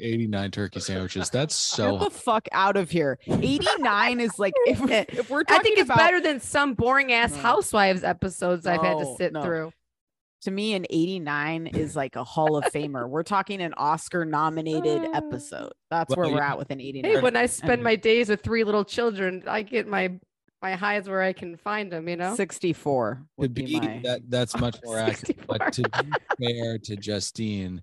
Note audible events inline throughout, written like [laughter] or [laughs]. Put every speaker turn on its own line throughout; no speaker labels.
Eighty-nine turkey sandwiches. That's so.
Get the fuck out
[laughs]
of here. 89 is like, if, if we're talking
I think it's
about,
better than some boring ass
No.
housewives episodes I've had to
No,
sit
no.
through.
to me, an 89 is like a Hall of Famer. We're talking an Oscar nominated
Uh,
episode. That's
well,
where we're
yeah.
at with an 89.
Hey, when I spend
mean-
my days with three little children, I get my my highs where I can find them. You know.
64
to
would
be,
be, my.
that that's much more accurate. But to
64.
be fair to Justine,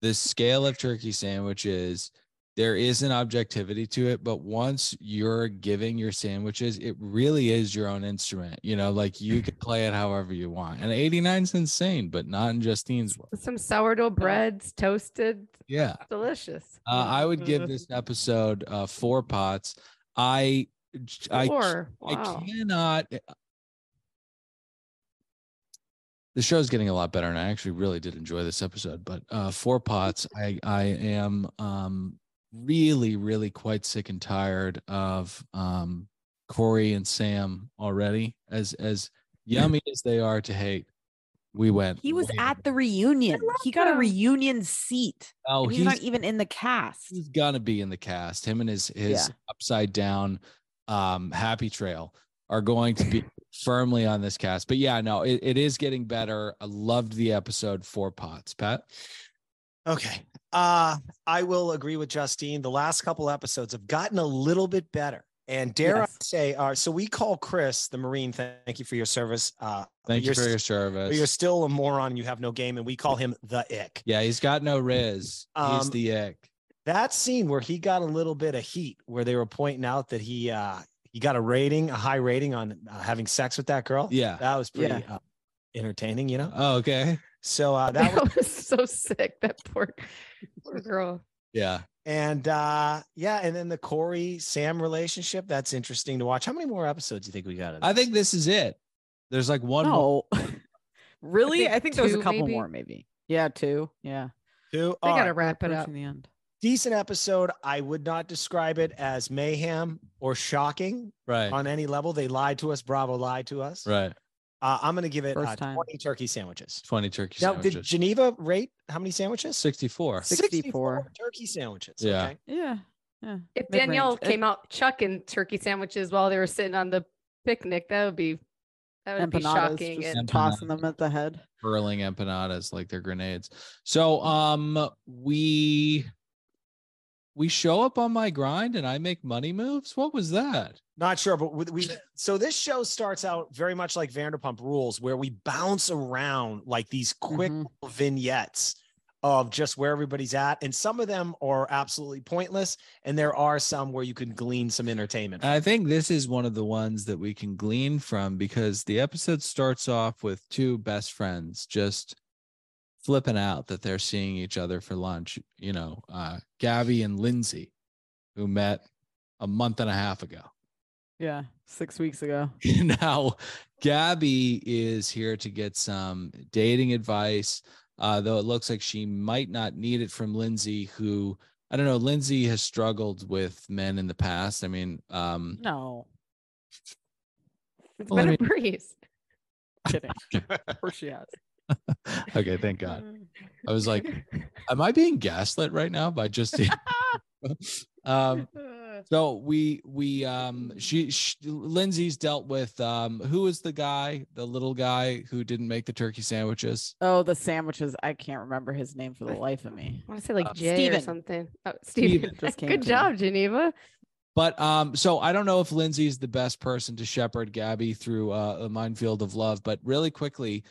the scale of turkey sandwiches, there is an objectivity to it. But once you're giving your sandwiches, it really is your own instrument. You know, like you can play it however you want. And 89 is insane, but not in Justine's world.
Some sourdough breads, toasted,
Yeah.
delicious.
Uh, I would
Mm-hmm.
give this episode uh, four pots. I I
Or
I
wow.
cannot. eh, The show's getting a lot better, and I actually really did enjoy this episode. But uh, four pots, I I am um, really really quite sick and tired of um, Corey and Sam already. As as yummy as they are to hate, we went.
He was
way
at
over.
the reunion.
love
He got a
him.
reunion seat.
Oh,
and he's, not even in the cast.
he's gonna be in the cast. Him and his his
Yeah.
upside down um happy trail are going to
[laughs]
be firmly on this cast. But yeah, no, it, it is getting better. I loved the episode Four Pots, Pat.
Okay. Uh, I will agree with Justine. The last couple episodes have gotten a little bit better. And dare
Yes.
I say, are so we call Chris the Marine. Thank you for your service. Uh,
Thank you
you're
for your
s- but
service.
you're still a moron. You have no game, and we call him the ick.
yeah, he's got no riz. he's
Um,
the ick.
That scene where he got a little bit of heat, where they were pointing out that he uh, he got a rating, a high rating on uh, having sex with that girl.
Yeah.
that was pretty
Yeah.
uh, entertaining, you know.
Oh, okay.
So uh, that
[laughs] [laughs] that
was,
was, so sick. That poor, poor girl.
Yeah.
and uh, yeah, and then the Corey Sam relationship. That's interesting to watch. How many more episodes do you think we got? Of
I
this?
think this is it. There's like one more.
No. [laughs] really? I
think
think, there was a
two,
couple
maybe.
more, maybe. Yeah, two. Yeah.
Two.
Oh,
They
All
gotta
right.
wrap it up.
Approaching the end.
Decent episode. I would not describe it as mayhem or shocking
Right.
on any level. They lied to us. Bravo lied to us.
right.
Uh, I'm going to give it
First
uh,
time.
20 turkey sandwiches.
20 turkey
Now, did
sandwiches.
Geneva rate how many sandwiches?
64.
64.
turkey sandwiches.
Yeah.
Okay.
Yeah.
If
Mid-range.
Danielle
It-
came out chucking turkey sandwiches while they were sitting on the picnic, that would be that would be
Empanadas.
shocking.
just
and-
tossing them at the head.
hurling empanadas like they're grenades. So um we we show up on my grind and I make money moves. What was that?
Not sure, but we, we so this show starts out very much like Vanderpump Rules, where we bounce around like these quick
Mhm.
vignettes of just where everybody's at, and some of them are absolutely pointless, and there are some where you can glean some entertainment.
I think this is one of the ones that we can glean from because the episode starts off with two best friends just flipping out that they're seeing each other for lunch, you know, uh Gabby and Lindsay who met a month and a half ago.
Yeah. Six weeks ago.
[laughs] now gabby is here to get some dating advice uh, though it looks like she might not need it from lindsay who i don't know lindsay has struggled with men in the past i mean um [laughs]
No.
It's
Well, I
been a breeze.
Kidding. of course she has.
okay thank god
[laughs]
i was like am i being gaslit right now by just [laughs]
[laughs]
um so we we um she, she lindsay's dealt with um who is the guy the little guy who didn't make the turkey sandwiches
[laughs] Oh, the sandwiches. I can't remember his name for the life of me.
I want to say like
Uh,
Jay or
Steven.
something. Oh,
Steven
Steven. [laughs]
just came
Good
to me.
job, Geneva.
But um, so I don't know if Lindsay's the best person to shepherd Gabby through uh, a minefield of love. But really quickly,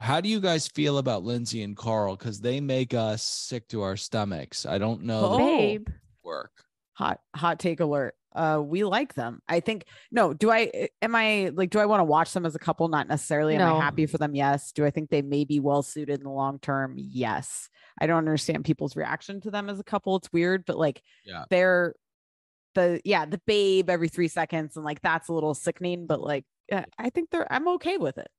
how do you guys feel about Lindsay and Carl? Because they make us sick to our stomachs. I don't know.
Oh.
that
Babe.
they work.
hot hot take alert uh we like them i think no do i eh, am i like do i want to watch them as a couple not necessarily am
No.
i happy for them yes do i think they may be well suited in the long term yes i don't understand people's reaction to them as a couple it's weird but like
Yeah.
they're the yeah the babe every three seconds and like that's a little sickening but like yeah, i think they're i'm okay with it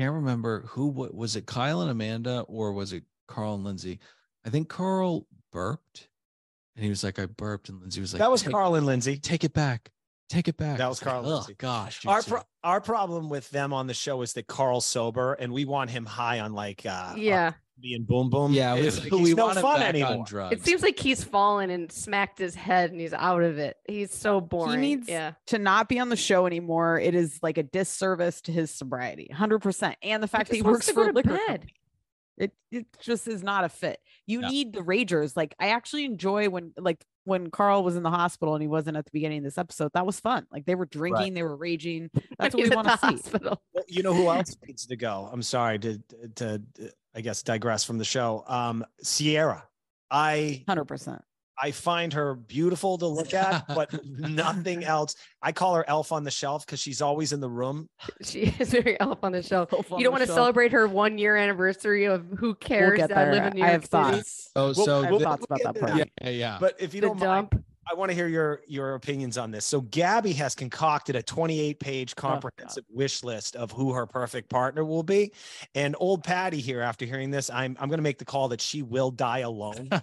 can't remember who wa- was it Kyle and Amanda or was it Carl and Lindsay? I think Carl burped and he was like, I burped. And Lindsay was like,
that was
"Take-
Carl and Lindsay.
Take it back. Take it back.
That
I
was Carl and
like,
Lindsay.
Oh, gosh. dude,
Our
so
pro- our problem with them on the show is that Carl's sober, and we want him high on like uh,
yeah.
being boom boom.
Yeah, [laughs] we,
It's like
we
he's no
want him
fun
back
anymore.
on drugs.
It seems like he's fallen and smacked his head and he's out of it. He's so boring.
needs-
yeah.
to not be on the show anymore it is like a disservice to his sobriety 100% and the fact that he
just
works
wants to go
for a
to
liquor
bed. [laughs]
company. it it just is not a fit. You
Yeah.
need the ragers. Like I actually enjoy when like when Carl was in the hospital and he wasn't at the beginning of this episode. That was fun. Like they were drinking, they were
[laughs]
raging. That's what
He's at
we want
the
to
[laughs]
see.
hospital.
Well, you know who else [laughs] needs to go? I'm sorry to to I guess digress from the show. Um, Sierra, I
Hundred percent.
I find her beautiful to look at,
[laughs]
but nothing else. I call her Elf on the Shelf because she's always in the room.
She is very [laughs] elf on the shelf. You don't want to
celebrate.
celebrate her one year anniversary of who cares
get
that I live
there.
in New
I
York
have
City.
thoughts.
oh, so
I have
th-
thoughts about that part.
[laughs] yeah, yeah, yeah.
But if you
the
don't mind,
dump.
I want to hear your your opinions on this. So Gabby has concocted a 28 page
Oh, God.
comprehensive wish list of who her perfect partner will be. And old Patty here, after hearing this, I'm I'm gonna make the call that she will die alone.
[laughs]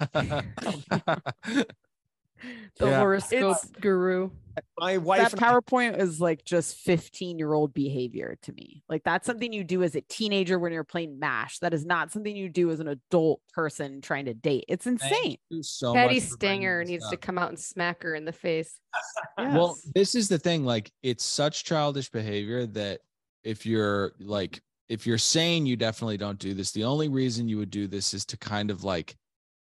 The
Yeah.
horoscope guru.
My
That
wife and I-
PowerPoint is like just 15 year old behavior to me. Like that's something you do as a teenager when you're playing MASH. That is not something you do as an adult person trying to date. It's insane.
Thank you so much
Patty
for bringing
Stanger
this
needs
up.
to come out and smack her in the face.
Well,
Yes.
this is the thing. Like, it's such childish behavior that if you're like, if you're saying you definitely don't do this, the only reason you would do this is to kind of like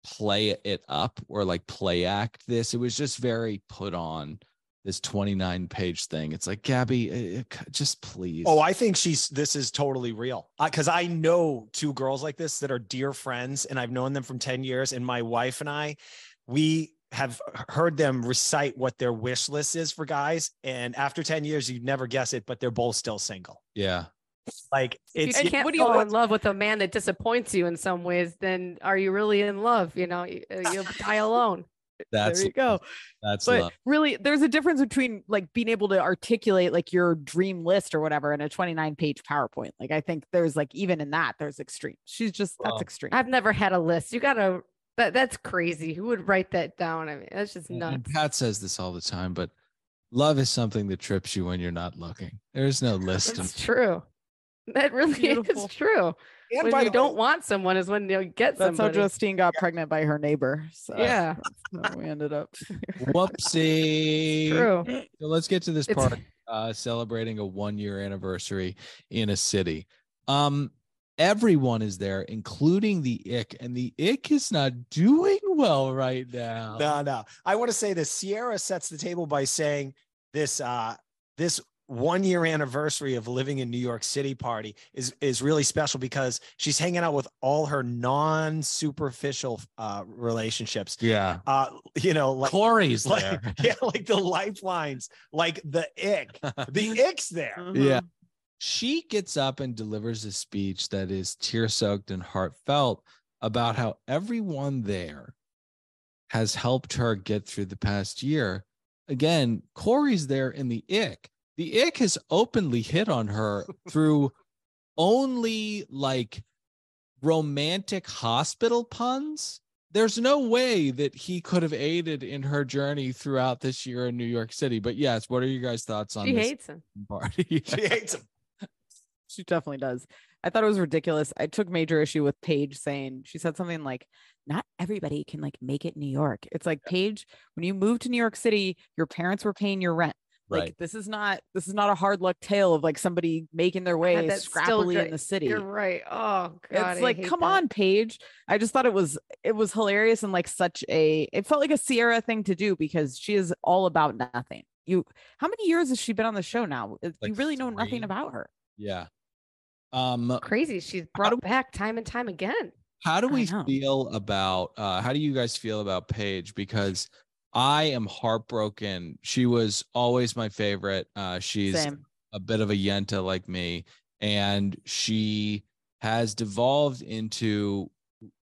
play it up or like play act this. It was just very put on this 29 page thing. It's like, Gabby, uh, uh, c- just please.
Oh, I think she's this is totally real because I know two girls like this that are dear friends and I've known them from 10 years. And my wife and I, we have heard them recite what their wish list is for guys. And after 10 years, you'd never guess it, but they're both still single.
yeah.
Like
If
it's
you
yeah,
can't
what do you
fall
want?
in love with a man that disappoints you in some ways, then are you really in love? You know, You- uh, you'll
[laughs]
die alone.
That's,
there you go.
that's, uh,
but
love.
really there's a difference between like being able to articulate like your dream list or whatever in a 29 page powerpoint like i think there's like even in that there's extreme she's just
Well,
that's extreme
I've never had a list. You gotta. That, that's crazy. Who would write that down? I mean, that's just
Mm-hmm.
And-
nuts.
and Pat says this all the time, but love is something that trips you when you're not looking. There's no list of
It's true. [laughs] That really [laughs]
Beautiful.
is true.
and by
When you
the way,
don't want someone is when you get
that's
somebody.
how uh, Justine got pregnant by her neighbor. So
yeah,
that's how we ended up. [laughs]
whoopsie.
true.
So let's get to this
It's-
part uh, celebrating a one year anniversary in a city. Um, everyone is there, including the ick, and the ick is not doing well right now.
No, no. I want to say this. Sierra sets the table by saying this uh this one year anniversary of living in New York City party is is really special because she's hanging out with all her non-superficial uh relationships.
Yeah.
Uh you know, like
Corey's
like-
there.
[laughs] yeah, like the lifelines, like the ick. [laughs] The ick's there.
Yeah.
Mm-hmm.
she gets up and delivers a speech that is tear soaked and heartfelt about how everyone there has helped her get through the past year. Again, Corey's there in the ick. The ick has openly hit
[laughs]
on her through only like romantic hospital puns. There's no way that he could have aided in her journey throughout this year in New York City. But yes, what are you guys' thoughts on
She
this
hates him.
[laughs] party?
She hates him.
She definitely does. I thought it was ridiculous. I took major issue with Paige saying she said something like, not everybody can like make it in New York. It's like Paige, when you moved to New York City, your parents were paying your rent. Like
Right.
this is not this is not a hard luck tale of like somebody making their way
that's still
scrappily in
great.
the city.
You're right. Oh god.
it's
I
like
hate
come
that.
on paige i just thought it was it was hilarious and like such a it felt like a sierra thing to do because she is all about nothing you how many years has she been on the show now Uh, you
Like
really know nothing
three.
about her
Yeah. Um,
Crazy. She's brought
do
it back time and time again.
how do
I
we
know.
feel about uh how do you guys feel about Paige? Because I am heartbroken. She was always my favorite. Uh, she's
Same.
a bit of a yenta like me and she has devolved into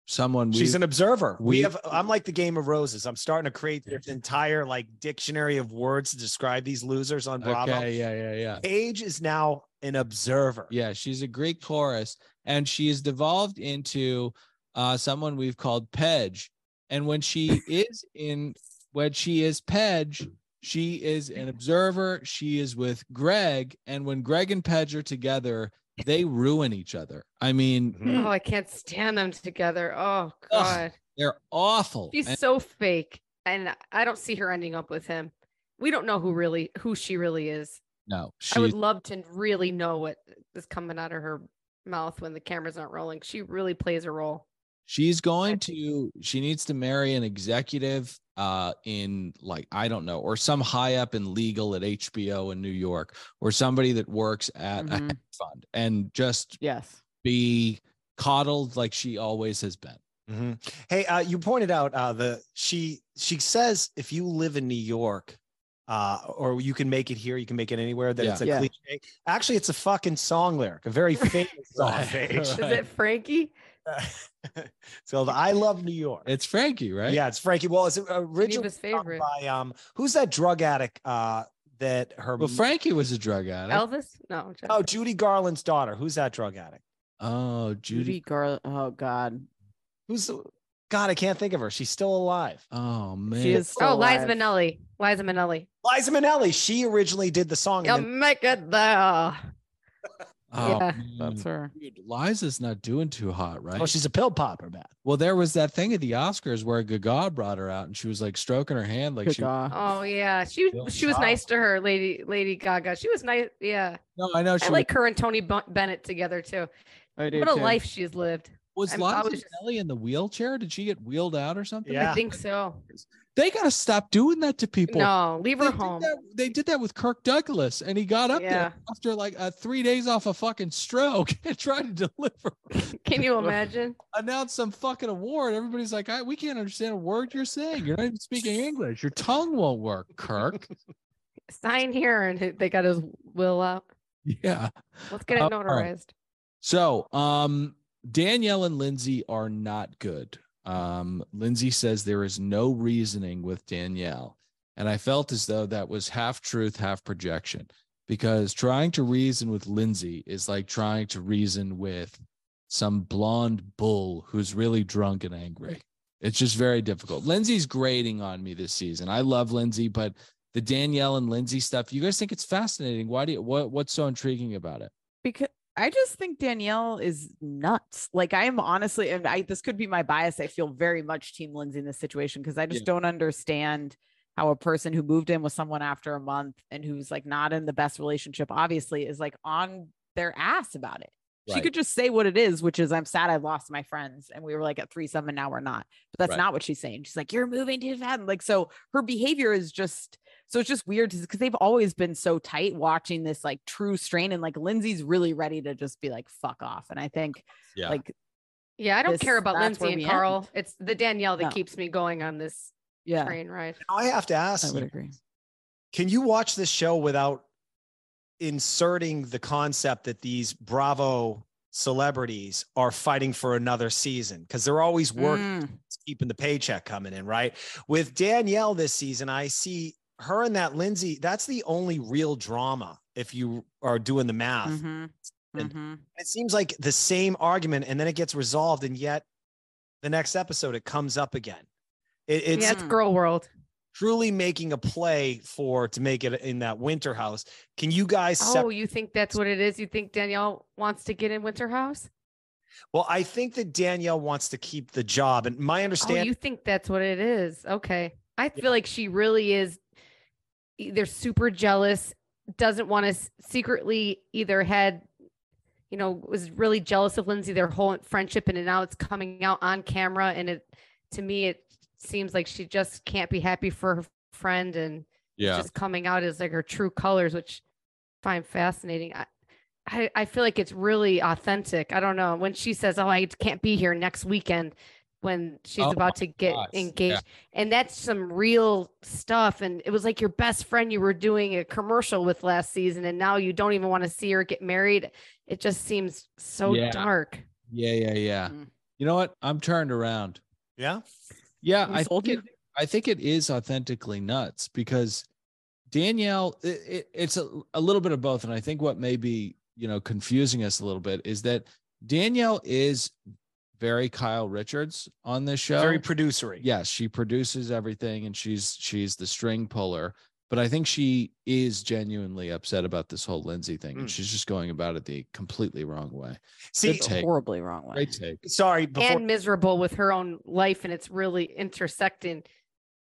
someone
She's
we-
an observer. We,
we-
have. I'm like the Game of Roses. I'm starting to create this entire like dictionary of words to describe these losers on Bravo.
okay yeah yeah yeah
Paige is now an observer.
yeah she's a great chorus and she has devolved into uh someone we've called pedge and
[laughs]
when she is in when she is pedge she is an observer she is with greg and when greg and pedge are together they ruin each other i mean
Mm-hmm.
Oh, I can't stand them together. Oh God,
they're awful
she's
And-
so fake, and I don't see her ending up with him. We don't know who really who she really is.
no
I
she
would love to really know what is coming out of her mouth when the camera's not rolling. She really plays a role.
She's going
think-
to she needs to marry an executive uh in like I don't know or some high up in legal at HBO in New York or somebody that works at a
Mhm.
hedge fund and just
Yes.
be coddled like she always has been.
Mhm. Hey, uh, you pointed out uh, the she she says if you live in New York, uh, or you can make it here, you can make it anywhere. That
Yeah.
it's a
Yeah.
cliche. Actually, it's a fucking song lyric, a very famous
[laughs]
song.
Right,
Paige.
right.
Is it Frankie?
so the I love New York.
It's Frankie, right?
Yeah, it's Frankie. Well, it's originally
Geneva's favorite.
by um, who's that drug addict uh that her
Well, Frankie was a drug addict.
Elvis? No. I'm
oh
joking.
Judy Garland's daughter. Who's that drug addict?
oh,
Judy,
Judy.
Garland. Oh God.
Who's the God? I can't think of her. She's still alive.
Oh man.
She is still
oh, Liza
alive.
Minnelli. Liza Minnelli.
Liza Minnelli. She originally did the song.
You'll
And then,
make it there.
oh,
yeah.
man.
That's her.
Dude, Liza's not doing too hot, right?
oh, she's a pill popper, man.
well, there was that thing at the Oscars where Gaga brought her out and she was like stroking her hand like
Good
she
God.
Oh yeah, she
Bill
she was
Shaw.
nice to her, Lady Lady Gaga. She was nice. Yeah,
No, I know
I
she was-
like her and Tony Bu- Bennett together too.
I do
What a
too.
life she's lived.
Was
I'm- I
Liza
was just-
Minnelli in the wheelchair? Did she get wheeled out or something?
Yeah.
I think so.
They gotta stop doing that to people.
No, leave
They
her
did,
home.
that, they did that with Kirk Douglas, and he got up
Yeah.
there after like uh, three days off a fucking stroke [laughs] and tried to deliver,
[laughs] Can
[laughs]
you imagine?
announce some fucking award. Everybody's like, I, "We can't understand a word you're saying. You're not even speaking English. Your tongue won't work, Kirk." [laughs]
Sign here, and they got his will out.
yeah.
Let's get it
All
Um,
right.
notarized.
So, um, Danielle and Lindsay are not good. Um, Lindsay says there is no reasoning with Danielle. And I felt as though that was half truth, half projection, because trying to reason with Lindsay is like trying to reason with some blonde bull who's really drunk and angry. It's just very difficult. Lindsay's grading on me this season. I love Lindsay, but the Danielle and Lindsay stuff, you guys think it's fascinating. Why do you, what, what's so intriguing about it?
because I just think Danielle is nuts. Like I am honestly, and I this could be my bias. I feel very much Team Lindsay in this situation because I just
Yeah.
don't understand how a person who moved in with someone after a month and who's like not in the best relationship, obviously, is like on their ass about it. She
Right.
could just say what it is, which is I'm sad I lost my friends and we were like at threesome and now we're not. But that's
Right.
not what she's saying. She's like, you're moving too fast. Like, so her behavior is just so it's just weird because they've always been so tight watching this like true strain. And like Lindsay's really ready to just be like, fuck off. And I think
Yeah.
like,
Yeah, I don't care
This-
about
that's where
Lindsay and
we
Carl.
end.
It's the Danielle that
No.
keeps me going on this
yeah,
train ride.
I have to
I
ask.
would
you,
agree.
Can you watch this show without inserting the concept that these Bravo celebrities are fighting for another season? Because they're always working,
Mm,
keeping the paycheck coming in, right? With Danielle this season, I see her and that Lindsay. That's the only real drama if you are doing the math.
Mm-hmm.
mhm,
And-
mhm.
It seems like the same argument and then it gets resolved, and yet the next episode it comes up again. It, it's
yeah, it's
Mm.
girl world.
truly making a play for to make it in that winter house. Can you guys
Oh,
sep-
you think that's what it is? You think Danielle wants to get in Winter House?
Well, I think that Danielle wants to keep the job, and my
Oh,
understanding.
you think that's what it is? Okay. I feel like she really is either super jealous, doesn't want to secretly either had, you know, was really jealous of Lindsay their whole friendship, and now it's coming out on camera. And it, to me, it seems like she just can't be happy for her friend, and it's just coming out as like her true colors, which I find fascinating. I, I, I feel like it's really authentic. I don't know when she says, "Oh, I can't be here next weekend." when she's
Oh
about to get
gosh, yeah.
engaged. And that's some real stuff. And it was like your best friend you were doing a commercial with last season, and now you don't even want to see her get married. It just seems so
Yeah.
dark.
Yeah, yeah, yeah.
Mm.
You know what? I'm turned around.
Yeah.
Yeah,
We
I
sold
think, it, I think it is authentically nuts because Danielle, it, it, it's a, a little bit of both. And I think what may be, you know, confusing us a little bit is that Danielle is very Kyle Richards on this show.
Very producery.
yes, she produces everything and she's she's the string puller. But I think she is genuinely upset about this whole Lindsay thing. And
Mm.
she's just going about it the completely wrong way.
See,
Good take.
horribly wrong way.
Great take.
sorry, before
and miserable with her own life and it's really intersecting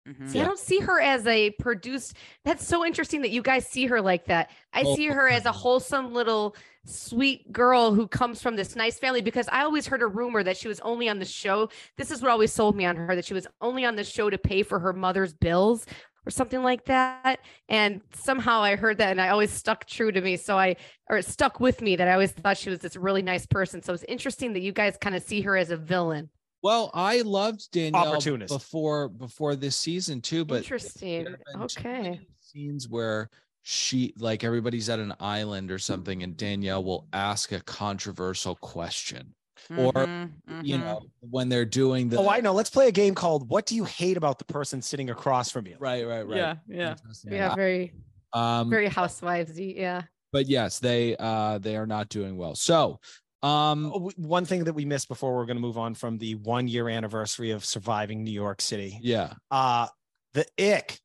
Mhm.
see i don't see her as a produced that's so interesting that you guys see her like that i
Oh.
see her as a wholesome little sweet girl who comes from this nice family because i always heard a rumor that she was only on the show this is what always sold me on her that she was only on the show to pay for her mother's bills or something like that and somehow i heard that and i always stuck true to me so i or it stuck with me that i always thought she was this really nice person so it's interesting that you guys kind of see her as a villain
Well, I loved Danielle
Opportunist.
before before this season too, but
Interesting.
there have been too
Okay.
many Scenes where she like everybody's at an island or something, and Danielle will ask a controversial question. or,
Mhm,
Mm-hmm,
You
mhm.
know, when they're doing the
oh, I know. Let's play a game called "What do you hate about the person sitting across from you?"
right, right, right.
Yeah, yeah.
Interesting.
Yeah, very
Um,
very housewivesy. Yeah.
but yes, they uh they are not doing well. So um
Oh, w- One thing that we missed before we're going to move on from the one-year anniversary of surviving New York City.
yeah,
Uh, the ick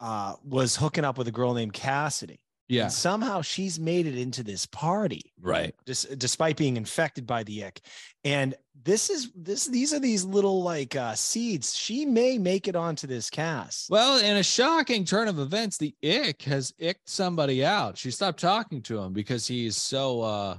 uh, was hooking up with a girl named Cassidy.
yeah,
And somehow she's made it into this party.
right.
dis- despite being infected by the ick. And this is this these are these little like uh seeds. She may make it onto this cast.
Well, in a shocking turn of events, the ick has icked somebody out. She stopped talking to him because he's so uh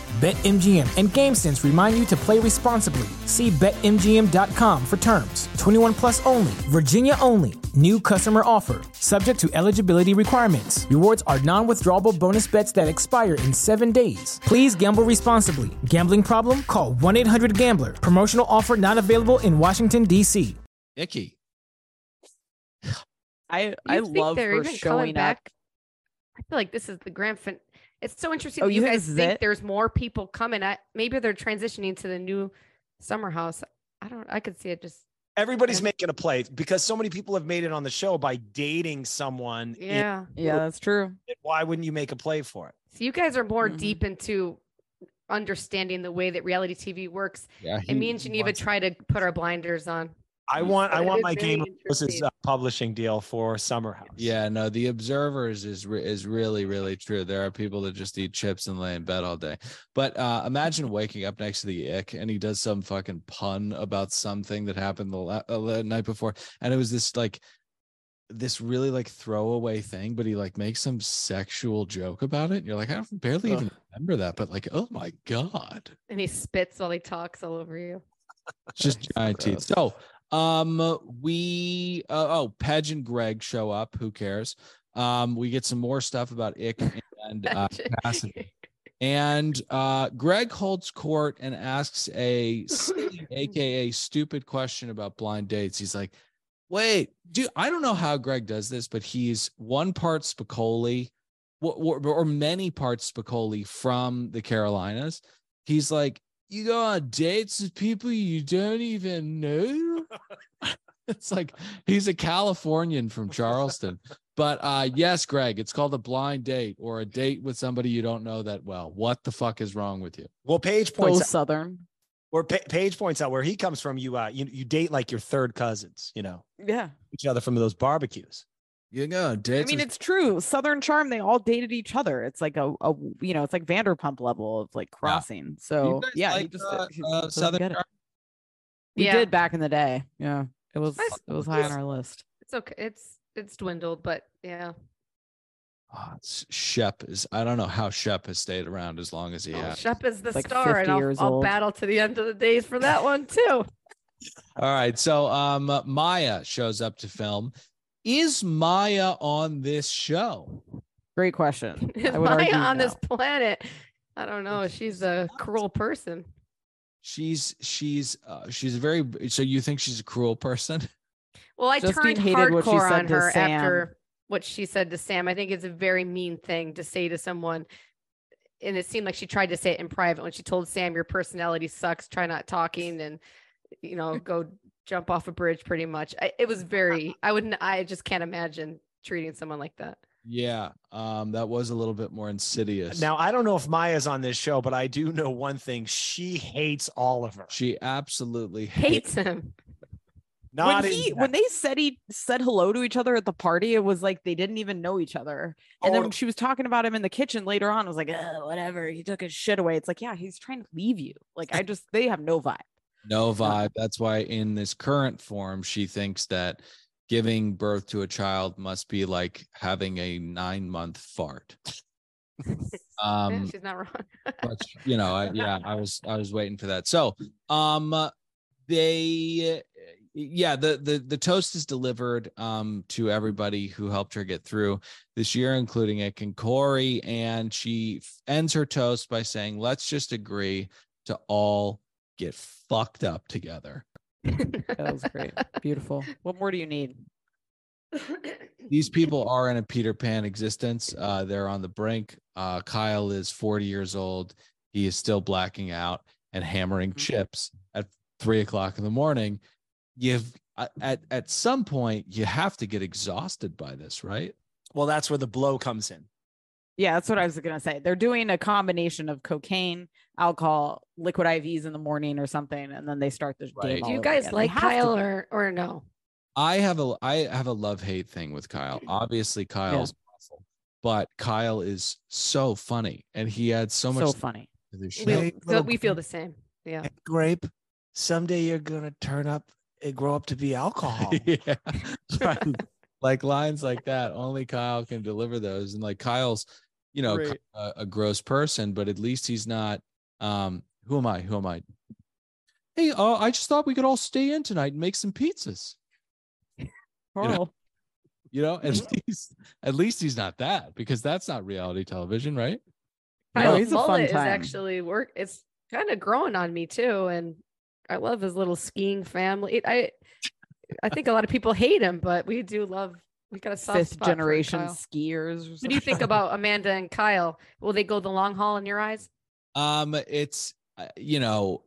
BetMGM and GameSense remind you to play responsibly. See BetMGM.com for terms. 21 plus only, Virginia only. New customer offer, subject to eligibility requirements. Rewards are non withdrawable bonus bets that expire in seven days. Please gamble responsibly. Gambling problem? Call 1 800 Gambler. Promotional offer not available in Washington, D.C.
icky.
I
You
I
think
love
they're
her
even coming
showing up.
I feel like this is the grand fin. It's so interesting.
Oh,
that you,
you think
guys
this is
think
it?
there's more people coming. I, maybe they're transitioning to the new summer house. I don't. I could see it just.
Everybody's
Yeah.
making a play because so many people have made it on the show by dating someone. in
Yeah.
Yeah, that's true.
it. Why wouldn't you make a play for it?
So you guys are more
Mhm.
deep into understanding the way that reality TV works.
Yeah,
And me and Geneva try to put our blinders on.
I want I
But it
want
is
my
very
game of Roses
interesting.
uh, publishing deal for Summer House.
Yeah, no, the observers is re- is really really true. There are people that just eat chips and lay in bed all day. But uh imagine waking up next to the ick and he does some fucking pun about something that happened the, la- uh, the night before, and it was this like this really like throwaway thing, but he like makes some sexual joke about it. And you're like, I don't barely even remember that, but like, oh my god,
And he spits while he talks all over you.
It's just giant teeth. So um we uh, oh Pej and Greg show up. Who cares? Um, we get some more stuff about Ick and
[laughs]
uh, Cassidy. and uh, Greg holds court and asks a silly, aka stupid question about blind dates. He's like, "Wait, dude, I don't know how Greg does this, but he's one part Spicoli, wh- wh- or many parts Spicoli from the Carolinas. He's like, you go on dates with people you don't even know. it's like he's a Californian from Charleston. But uh yes, Greg, it's called a blind date or a date with somebody you don't know that well. What the fuck is wrong with you?
Well, Paige
So
points out
southern.
Where Pa- Paige points out where he comes from, you uh, you you date like your third cousins, you know,
Yeah.
each other from those barbecues.
You know,
I
dates.
mean, it's true. Southern Charm, they all dated each other. It's like a, a you know, it's like Vanderpump level of like crossing. So yeah, you just,
uh,
it- it
uh,
doesn't
Southern.
get it.
Charm?
we
Yeah.
did back in the day. Yeah, it was
I s-
it was high on our list.
It's okay. It's it's dwindled, but yeah.
Ah, S- Shep is. I don't know how Shep has stayed around as long as he
Oh,
has.
Shep is the
Like
star,
50
and
years
I'll, I'll
old.
battle to the end of the days for that one too.
All right. So um uh, Maya shows up to film. Is Maya on this show?
Great
[laughs]
question.
Is
I would
Maya
argue
on this
no.
planet? I don't know. She's a cruel person.
She's she's uh, she's a very so you think she's a cruel person? [laughs]
Well, I
Justine
turned
hated what she
hardcore
said
on
to
her
Sam.
after what she said to Sam. I think it's a very mean thing to say to someone. And it seemed like she tried to say it in private when she told Sam, Your personality sucks. Try not talking and, you know, go jump off a bridge pretty much. I, it was very, I wouldn't, I just can't imagine treating someone like that.
Yeah. Um that was a little bit more insidious.
Now I don't know if Maya's on this show, but I do know one thing: she hates Oliver.
she
[laughs]
absolutely
Hates him.
Not
when
in
he
that-
when they said he said hello to each other at the party, it was like they didn't even know each other. And
Oh.
then
Total-
she was talking about him in the kitchen later on. Was like, "Ugh, whatever. He took his shit away. It's like, yeah, he's trying to leave you. Like, I just they have no vibe.
no vibe. That's why in this current form, she thinks that giving birth to a child must be like having a nine month fart.
Yeah,
Um,
she's not wrong. [laughs]
but you know, I, yeah, I was I was waiting for that. So, um, they, yeah, the the the toast is delivered um to everybody who helped her get through this year, including Ick and Corey, and she f- ends her toast by saying, "Let's just agree to all get fucked up together."
That was great. Beautiful. What more do you need?
These people are in a Peter Pan existence. Uh, they're on the brink. Uh, Kyle is 40 years old. He is still blacking out and hammering chips at three o'clock in the morning. You've uh, at at some point you have to get exhausted by this, right?
well, that's where the blow comes in.
Yeah, that's what I was gonna say. They're doing a combination of cocaine, alcohol, liquid IVs in the morning or something, and then they start the
Right.
game.
Do
Do
all
you
over
guys
again. They
like
have to
Kyle
be.
or, or no?
I have a I have a love hate thing with Kyle. Obviously, Kyle's awful, but Kyle is so funny, and he adds so much
so
to
funny?
the show.
We,
Snake,
so
little
we feel
green-
the same. Yeah.
Grape, someday you're gonna turn up and grow up to be [laughs] alcohol.
[laughs] yeah. like lines like that only kyle can deliver those and like kyle's you know
Right.
a, a gross person but at least he's not um who am i who am i hey uh, i just thought we could all stay in tonight and make some pizzas know,
Carl.
you know at least at least he's not that because that's not reality television right
No,
Kyle's
he's a fun
mullet is
time.
actually work. It's kind of growing on me too, and I love his little skiing family. It- I I think a lot of people hate him, but we do love. We got a [laughs] soft
Fifth
spot for
generation
Kyle.
skiers. Or
What do you think
something.
about Amanda and Kyle? Will they go the long haul in your eyes?
Um, it's uh, you know,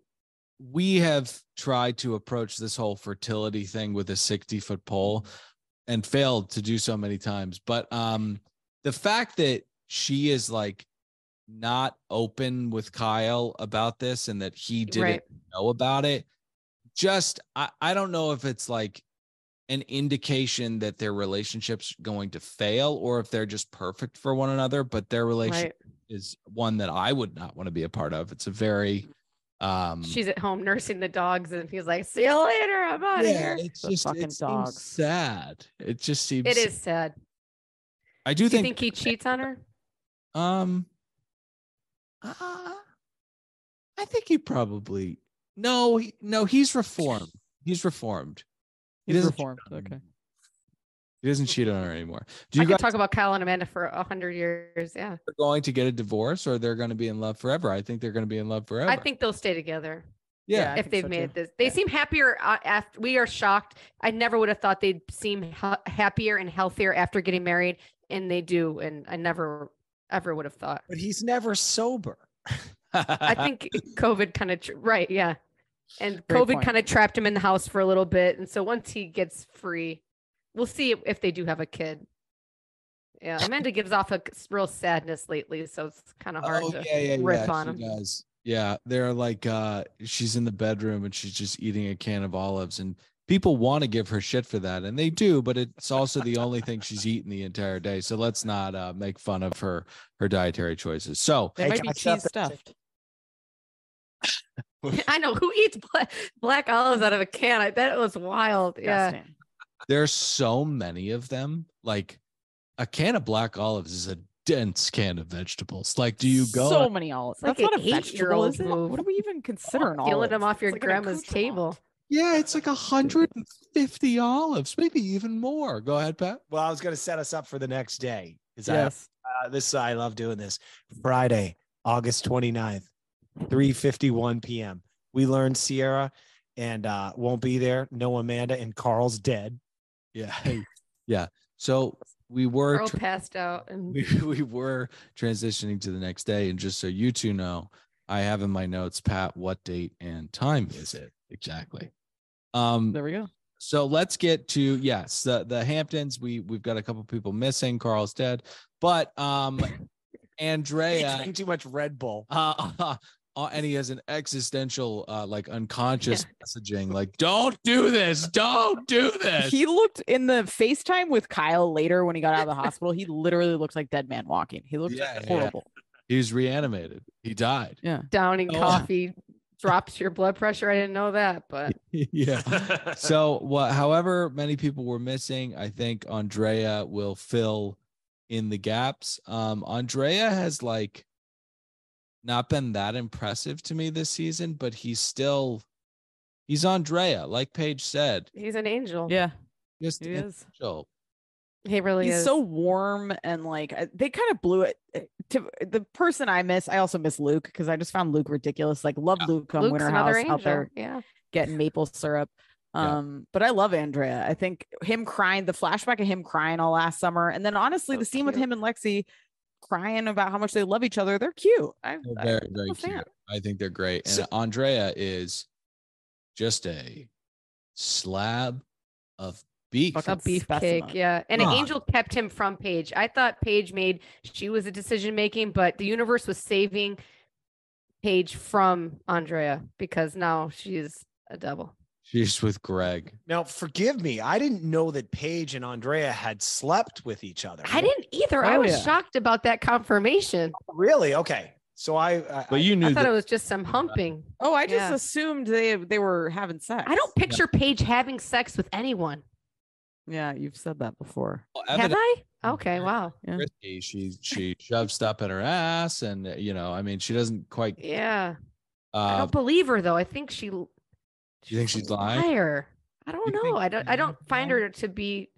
we have tried to approach this whole fertility thing with a 60 foot pole and failed to do so many times. But um, the fact that she is like not open with Kyle about this and that he didn't
Right.
know about it, just I, I don't know if it's like an indication that their relationship's going to fail or if they're just perfect for one another, but their relationship
Right.
is one that I would not want to be a part of. It's a very um
She's at home nursing the dogs, and he's like, "See you later. I'm out of
yeah,
here."
it's
The
just
fucking
it seems
dogs.
sad. It just seems
It is sad.
I do,
Do you think,
think,
he cheats on her?
um uh, I think he probably no he, no he's reformed. He's reformed. He
He's
doesn't cheat
reformed.
on her
Okay.
anymore. He doesn't cheat on her anymore. Do
I
you
could
guys
talk about Kyle and Amanda for a hundred years. Yeah,
are going to get a divorce or they're going to be in love forever? I think they're going to be in love forever.
I think they'll stay together.
yeah.
Oh I
if
think
they've
so,
made
too.
it this. They
Yeah.
seem happier uh, after we are shocked. I never would have thought they'd seem ha- happier and healthier after getting married, and they do. And I never ever would have thought.
but he's never sober.
[laughs]
[laughs]
I think COVID kind of tr- right, yeah. And
Great
COVID
point.
kind of trapped him in the house for a little bit, and so once he gets free, we'll see if- if they do have a kid. Yeah, Amanda gives off a c- real sadness lately, so it's kind of hard
oh,
to
yeah, yeah,
rip
yeah.
on
she
him.
does. Yeah, they're like uh she's in the bedroom and she's just eating a can of olives and people want to give her shit for that and they do, but it's also the only thing she's eaten the entire day. So let's not uh make fun of her her dietary choices. So,
There
Hey,
might be
catch up
cheese
and-
stuffed.
[laughs] I know who eats black, black olives out of a can. I bet it was wild. Yeah.
Disgusting.
there's so many of them. Like a can of black olives is a dense can of vegetables. Like do you go
So many olives.
It's like
That's
an
not a vegetable,
eight-year-old
is it?
move.
What are we even considering?
Stealing them
olives?
off your
It's like an
grandma's
accoutrement.
table.
Yeah, it's like 150 olives, maybe even more. Go ahead, Pat.
Well, I was going to set us up for the next day. Is that
Yes.
uh, this I love doing this. Friday, August 29th, 3:51 p.m. We learned Sierra and uh won't be there. No Amanda and Carl's dead. [laughs]
Yeah. [laughs] hey, Yeah. So we were
Earl
tra-
passed out and
[laughs] we, we were transitioning to the next day. And just so you two know, I have in my notes, Pat, what date and time is it exactly? Um,
There we go.
so let's get to yes, the the Hamptons. We we've got a couple people missing. Carl's dead, but um,
Yeah.
Andrea,
Drank too much Red Bull.
[laughs] uh, uh, and he has an existential, uh, like unconscious messaging, like "Don't do this, don't do this."
He looked in the FaceTime with Kyle later when he got out
[laughs]
of the hospital. He literally looked like dead man walking. He looked
Yeah, yeah.
horrible.
he was reanimated. He died.
downing
Oh.
coffee drops your blood pressure. I didn't know that, but
[laughs] yeah. so what however many people were missing i think andrea will fill in the gaps um andrea has like not been that impressive to me this season but he's still he's andrea like paige said
he's an angel.
Yeah,
just
he is.
angel.
He really
He's
is.
so warm and like I- they kind of blew it. uh, To the person I miss, I also miss Luke because I just found Luke ridiculous. Like love Luke on
Oh, Luke's
Winter
another
House
angel.
out there
Yeah.
getting
[laughs]
maple syrup.
Yeah.
Um, but I love Andrea. I think him crying, the flashback of him crying all last summer, and then honestly,
So
the scene with
cute.
him and Lexi crying about how much they love each other. They're cute. I,
They're
I-
very
I'm a
very
fan.
cute i think they're great and
So-
andrea is just a slab of beef
Fuck
A
Fucking specimen.
beefcake, yeah. And
Come on.
Angel kept him from Paige. I thought Paige made she was a decision making, but the universe was saving Paige from Andrea because now she's a devil.
she's with greg
now forgive me. I didn't know that Paige and Andrea had slept with each other.
I didn't either. I
Oh,
was
yeah.
shocked about that confirmation.
really. Okay. So I, I
but you knew
I thought
that
it was just some humping.
Oh, I just
Yeah.
assumed they they were having sex.
I don't picture Paige having sex with anyone.
Yeah, you've said that before.
Have
evidence-
I? Okay, wow.
Yeah.
Christy, she she shoves stuff in her ass, and uh, you know, I mean, she doesn't quite.
Yeah. I
Uh,
don't believe her though. I think she Do
you think she's lying?
liar. I don't
You
know.
think
I don't I
she's
don't find
lying?
her to be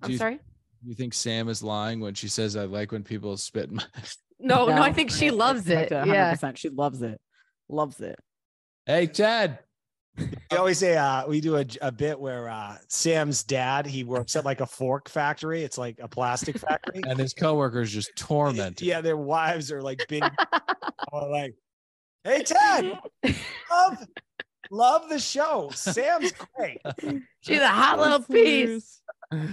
Do
I'm
you-
sorry.
you think Sam is lying when she says, "I like when people spit in my." [laughs]
No, no, I think she
I
loves it.
expect
Yeah.
100%. She loves it. Loves it.
hey, Ted.
We always say uh, we do a, j- a bit where uh, Sam's dad he works at like a fork factory. It's like a plastic factory.
[laughs] And his coworkers just torment.
Yeah, their wives are like big, are like, "Hey Ted, love, love the show. Sam's great."
She's a hot little piece.
Um.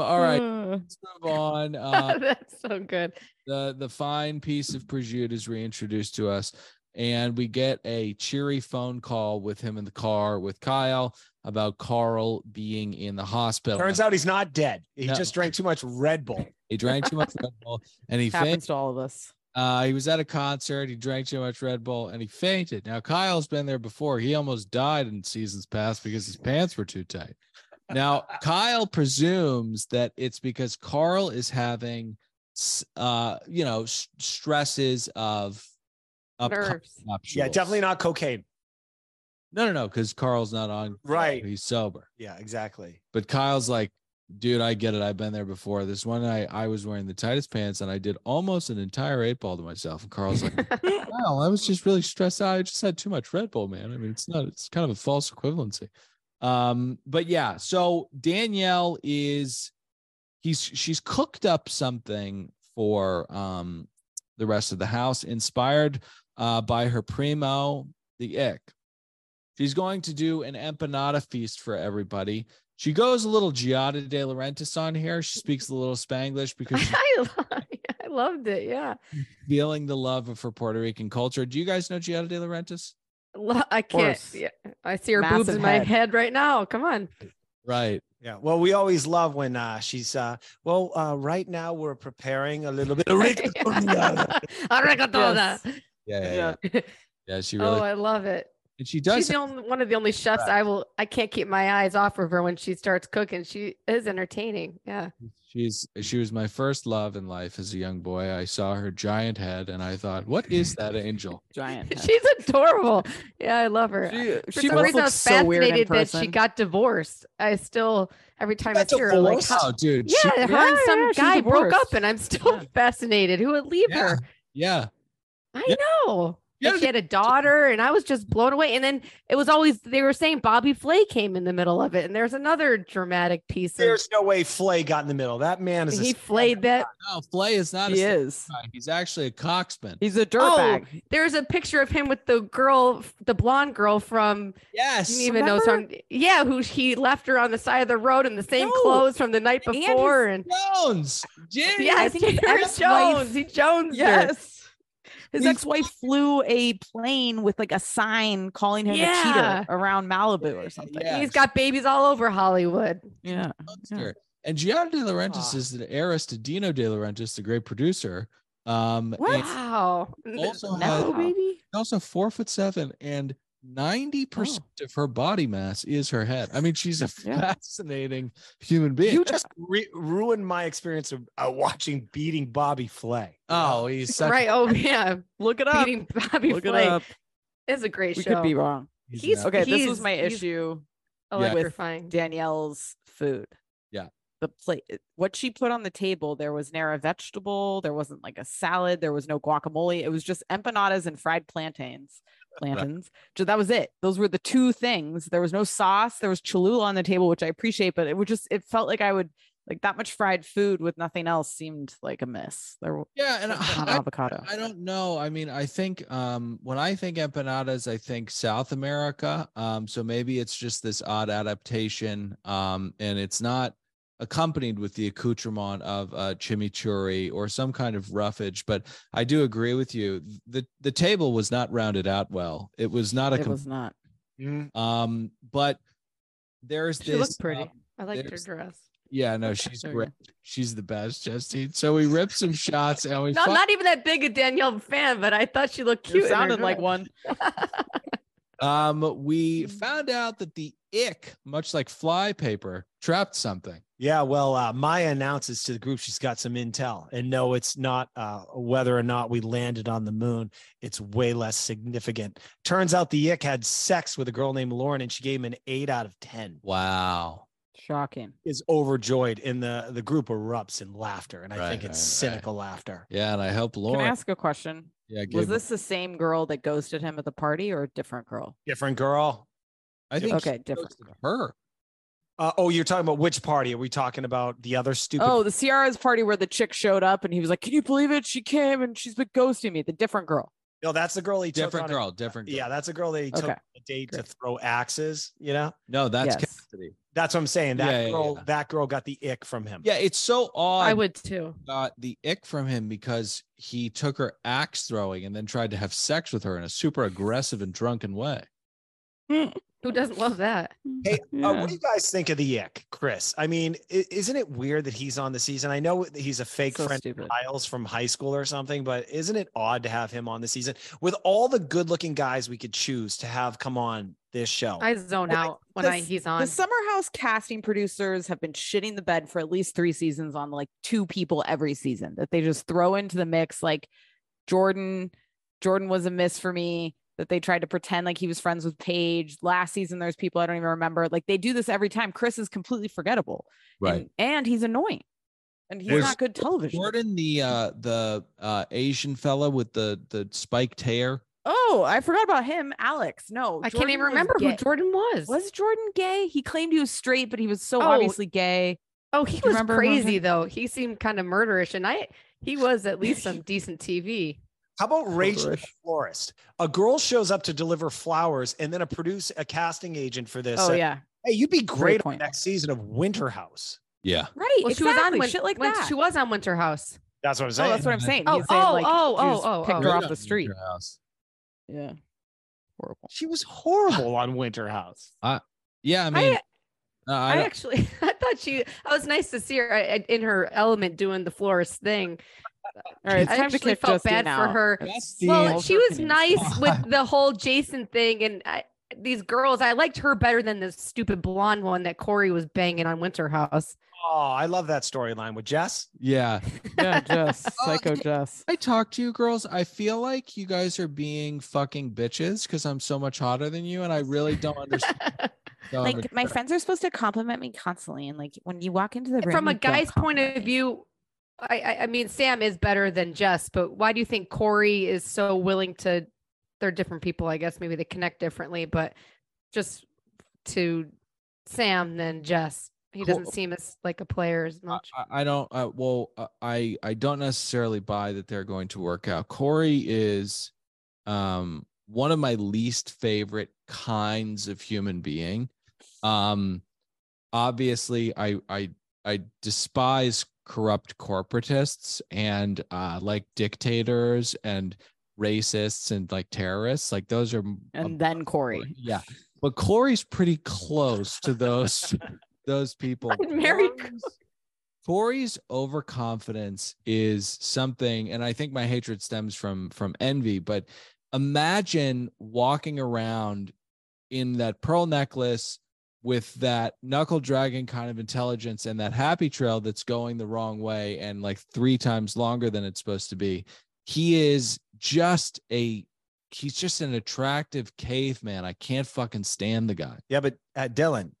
All right,
Mm.
Uh,
[laughs]
let's move on. Uh,
That's so good.
the the fine piece of prosciutto is reintroduced to us, and we get a cheery phone call with him in the car with Kyle about Carl being in the hospital.
Turns out he's not dead. He
No.
just drank too much Red Bull.
he drank too much Red Bull, and he fainted.
happens to all of us.
Uh, he was at a concert. He drank too much Red Bull and he fainted. Now Kyle's been there before. He almost died in seasons past because his pants were too tight.
[laughs]
Now Kyle presumes that it's because Carl is having, s- uh, you know, s- stresses of upcoming
Nerves. [laughs]
Yeah, definitely not cocaine.
No, no, no, because Carl's not on.
Right.
He's sober.
Yeah, exactly.
But Kyle's like, dude, I get it. I've been there before. This one night I was wearing the tightest pants and I did almost an entire eight ball to myself. And Carl's like. Well, I was just really stressed out. I just had too much Red Bull, man. I mean, it's not, it's kind of a false equivalency. Um, but yeah, so Danielle is he's she's cooked up something for um the rest of the house, inspired uh by her primo, the ick. She's going to do an empanada feast for everybody.
[laughs]
She goes a little Giada de Laurentiis on here. She speaks a little Spanglish because she
I, lo- I loved it. Yeah.
feeling the love of her Puerto Rican culture. Do you guys know Giada De Laurentiis?
Lo- I can't.
course.
Yeah. I see her boobs
Massive
in my
head.
head right now. Come on. [laughs]
Right.
Yeah. Well, we always love when uh, she's uh, well. Uh, right now, we're preparing a
[laughs]
little bit of Rick.
Arigatou.
Yeah, yeah, yeah.
Yeah. [laughs]
Yeah, she
Oh,
really
I love it.
and she
She's
does.
the only one of the only chefs I will I can't keep my eyes off of her when she starts cooking. She is entertaining. Yeah.
She's she was my first love in life as a young boy. I saw her giant head and I thought, what is that angel?
Giant. head.
[laughs] She's adorable. Yeah, I love her. For
she
some
must
reason, I
look
was
so weird in
fascinated that
person.
she got divorced. I still every time I see her, like,
divorced?
Oh, dude. she-
yeah, her and
Yeah,
some
yeah, she's
guy broke up,
divorced.
and I'm still
Yeah.
[laughs] fascinated. Who would leave
Yeah.
her?
yeah.
I
Yeah.
know.
Yeah,
And she had a daughter, and I was just blown away. And then it was always they were saying Bobby Flay came in the middle of it, and there's another dramatic piece. Of,
There's no way Flay got in the middle. That man is. a
he
scumbag.
flayed that.
No, Flay is not
He
a
is.
guy. He's actually a coxman.
He's a dirtbag.
There's a picture of him with the girl, the blonde girl from
Yes.
you didn't even know
remember?
song. Yeah, who he left her on the side of the road in the same
No.
clothes from the night
And his-
before, and
Jones. Jim.
yeah,
I think his ex-wife-
Jones. He Jones. Her.
Yes. His
He
ex-wife flew a plane with like a sign calling him a
Yeah.
cheater around Malibu or something.
Yeah.
He's got babies all over Hollywood.
Yeah.
Monster. And Giada De Laurentiis
Ah.
is the heiress to Dino De Laurentiis, the great producer. Um,
What?
and
Wow. N-
Also
No,
had-
baby.
also four foot seven, and ninety percent of her body mass is her head. I mean, she's a
Yeah.
fascinating human being.
You just re- ruined my experience of uh, watching beating Bobby Flay.
oh, he's
[laughs]
such.
Right. Oh yeah.
Look it up.
Beating [laughs] Bobby
Look it
Flay.
up.
It's a great
We
show. Oh,
could be wrong.
he's
he's-
nuts.
Okay, this was
He's-
my
he's-
issue.
Yeah.
with
Electrifying.
Danielle's food.
Yeah.
The plate, what she put on the table, there was never a vegetable. There wasn't like a salad. There was no guacamole. It was just empanadas and fried plantains. Plantains. So that was it. Those were the two things. There was no sauce. There was Cholula on the table, which I appreciate, but it was just, it felt like I would like that much fried food with nothing else seemed like a miss. There was
Yeah, and
not
I,
avocado.
I don't know. I mean, I think um, when I think empanadas, I think South America. Um, so maybe it's just this odd adaptation, um, and it's not accompanied with the accoutrement of a chimichurri or some kind of roughage. But I do agree with you. the The table was not rounded out well. It was not a.
it
com-
was not.
Mm.
um, but there's
She
this.
looked pretty.
um,
I liked her
there's-
dress.
yeah, no, she's
There you
great. She's the best, Justine. So we ripped some shots and we.
No,
fu-
I'm not even that big a Danielle fan, but I thought she looked
You
cute. in her
sounded like
dress.
one.
Um, we found out that the ick, much like fly paper, trapped something.
Yeah, well, uh, Maya announces to the group she's got some intel, and no, it's not uh, whether or not we landed on the moon. It's way less significant. Turns out the Yick had sex with a girl named Lauren, and she gave him an eight out of ten.
Wow.
Shocking.
Is overjoyed, and the the group erupts in laughter, and I
Right,
think
right,
it's
right.
cynical laughter.
Yeah, and I hope
Can
Lauren.
I ask a question?
yeah,
Was
gave-
this the same girl that ghosted him at the party or a different girl?
Different girl.
I think
okay,
she
different.
ghosted Her.
Uh, oh, you're talking about which party? Are we talking about the other stupid?
Oh, the Ciara's party where the chick showed up and he was like, Can you believe it? She came and she's been ghosting me. The different girl.
no, that's the girl he took
Different
on a-
girl. Different. Girl.
yeah, that's a girl that he took
Okay,
on a date
great.
to throw axes. You know.
No, that's
Yes.
Cassidy.
That's what I'm saying. That
Yeah, yeah,
girl,
yeah.
that girl got the ick from him.
Yeah, it's so odd.
I would too.
got the ick from him because he took her axe throwing and then tried to have sex with her in a super aggressive and drunken way.
Who doesn't love that?
Hey,
Yeah.
uh, what do you guys think of the ick, Chris? I mean, i- isn't it weird that he's on the season? I know that he's a fake
So
friend
stupid.
of Miles from high school or something, but isn't it odd to have him on the season with all the good-looking guys we could choose to have come on this show?
I zone
Oh. Well, I-
out when
the
I
s-
he's
The
on.
Summer House casting producers have been shitting the bed for at least three seasons on like two people every season that they just throw into the mix. Like Jordan, Jordan was a miss for me. That they tried to pretend like he was friends with Paige. Last season, there's people I don't even remember. Like they do this every time. Chris is completely forgettable. And, and he's annoying. And he's
Was
not good television.
Jordan, the uh the uh Asian fella with the the spiked hair.
Oh, I forgot about him. Alex. No,
I can't
Jordan
even
was
remember who
gay.
Jordan was.
was Jordan gay? He claimed he was straight, but he was so
Oh,
obviously gay.
oh, he
you
was
remember him?
crazy though. He seemed kind of murderish, and I he was at least
[laughs]
some decent TV.
How about Rachel the
Delish.
florist? A girl shows up to deliver flowers, and then a produce a casting agent for this.
Oh
said,
yeah,
hey, you'd be great, on
point.
next season of Winter House.
Yeah.
right.
Well,
exactly.
she was on when,
shit like
when
that.
she was on Winter House.
That's what I'm
No,
saying.
that's what I'm
that-
saying.
Oh,
He's saying,
oh,
like,
oh,
you
oh,
just
oh,
picked
oh.
her
Right
off
on
the street.
Winter House.
Yeah, horrible.
she
[sighs]
was horrible on Winter House.
Yeah, I
I-
mean, no, I
I,
don't-
actually, [laughs] I thought she. I was nice to see her I- I- in her element doing the florist thing.
All right, it's
I
time to
actually
kick
felt
Justine
bad for
out.
her.
Justine.
Well, she was
Overkill.
nice
[laughs]
with the whole Jason thing, and I, these girls. I liked her better than this stupid blonde one that Corey was banging on Winter House.
Oh, I love that storyline with Jess.
yeah.
Yeah, Jess,
Oh,
psycho Jess.
I talk to you girls. I feel like you guys are being fucking bitches because I'm so much hotter than you, and I really don't understand. how I'm
like my
attracted.
friends are supposed to compliment me constantly, and like when you walk into the room,
From a
you don't
guy's point
compliment
of
me.
view, I, I, I mean, Sam is better than Jess, but why do you think Corey is so willing to? They're different people, I guess. Maybe they connect differently, but just to Sam than Jess, he
Cool.
doesn't seem as like a player as
I,
much.
I- I don't. Uh, well, uh, I I don't necessarily buy that they're going to work out. Corey is, um, one of my least favorite kinds of human being. Um, obviously, I I I despise corrupt corporatists and uh like dictators and racists and like terrorists. Like those are m-
And then Corey.
yeah. But Corey's pretty close
[laughs]
to those those people.
I'd marry
Corey's, Corey's overconfidence is something, and I think my hatred stems from from envy. But imagine walking around in that pearl necklace with that knuckle dragon kind of intelligence and that happy trail that's going the wrong way and like three times longer than it's supposed to be. He is just a he's just an attractive caveman. I can't fucking stand the guy.
Yeah, but uh, Dylan,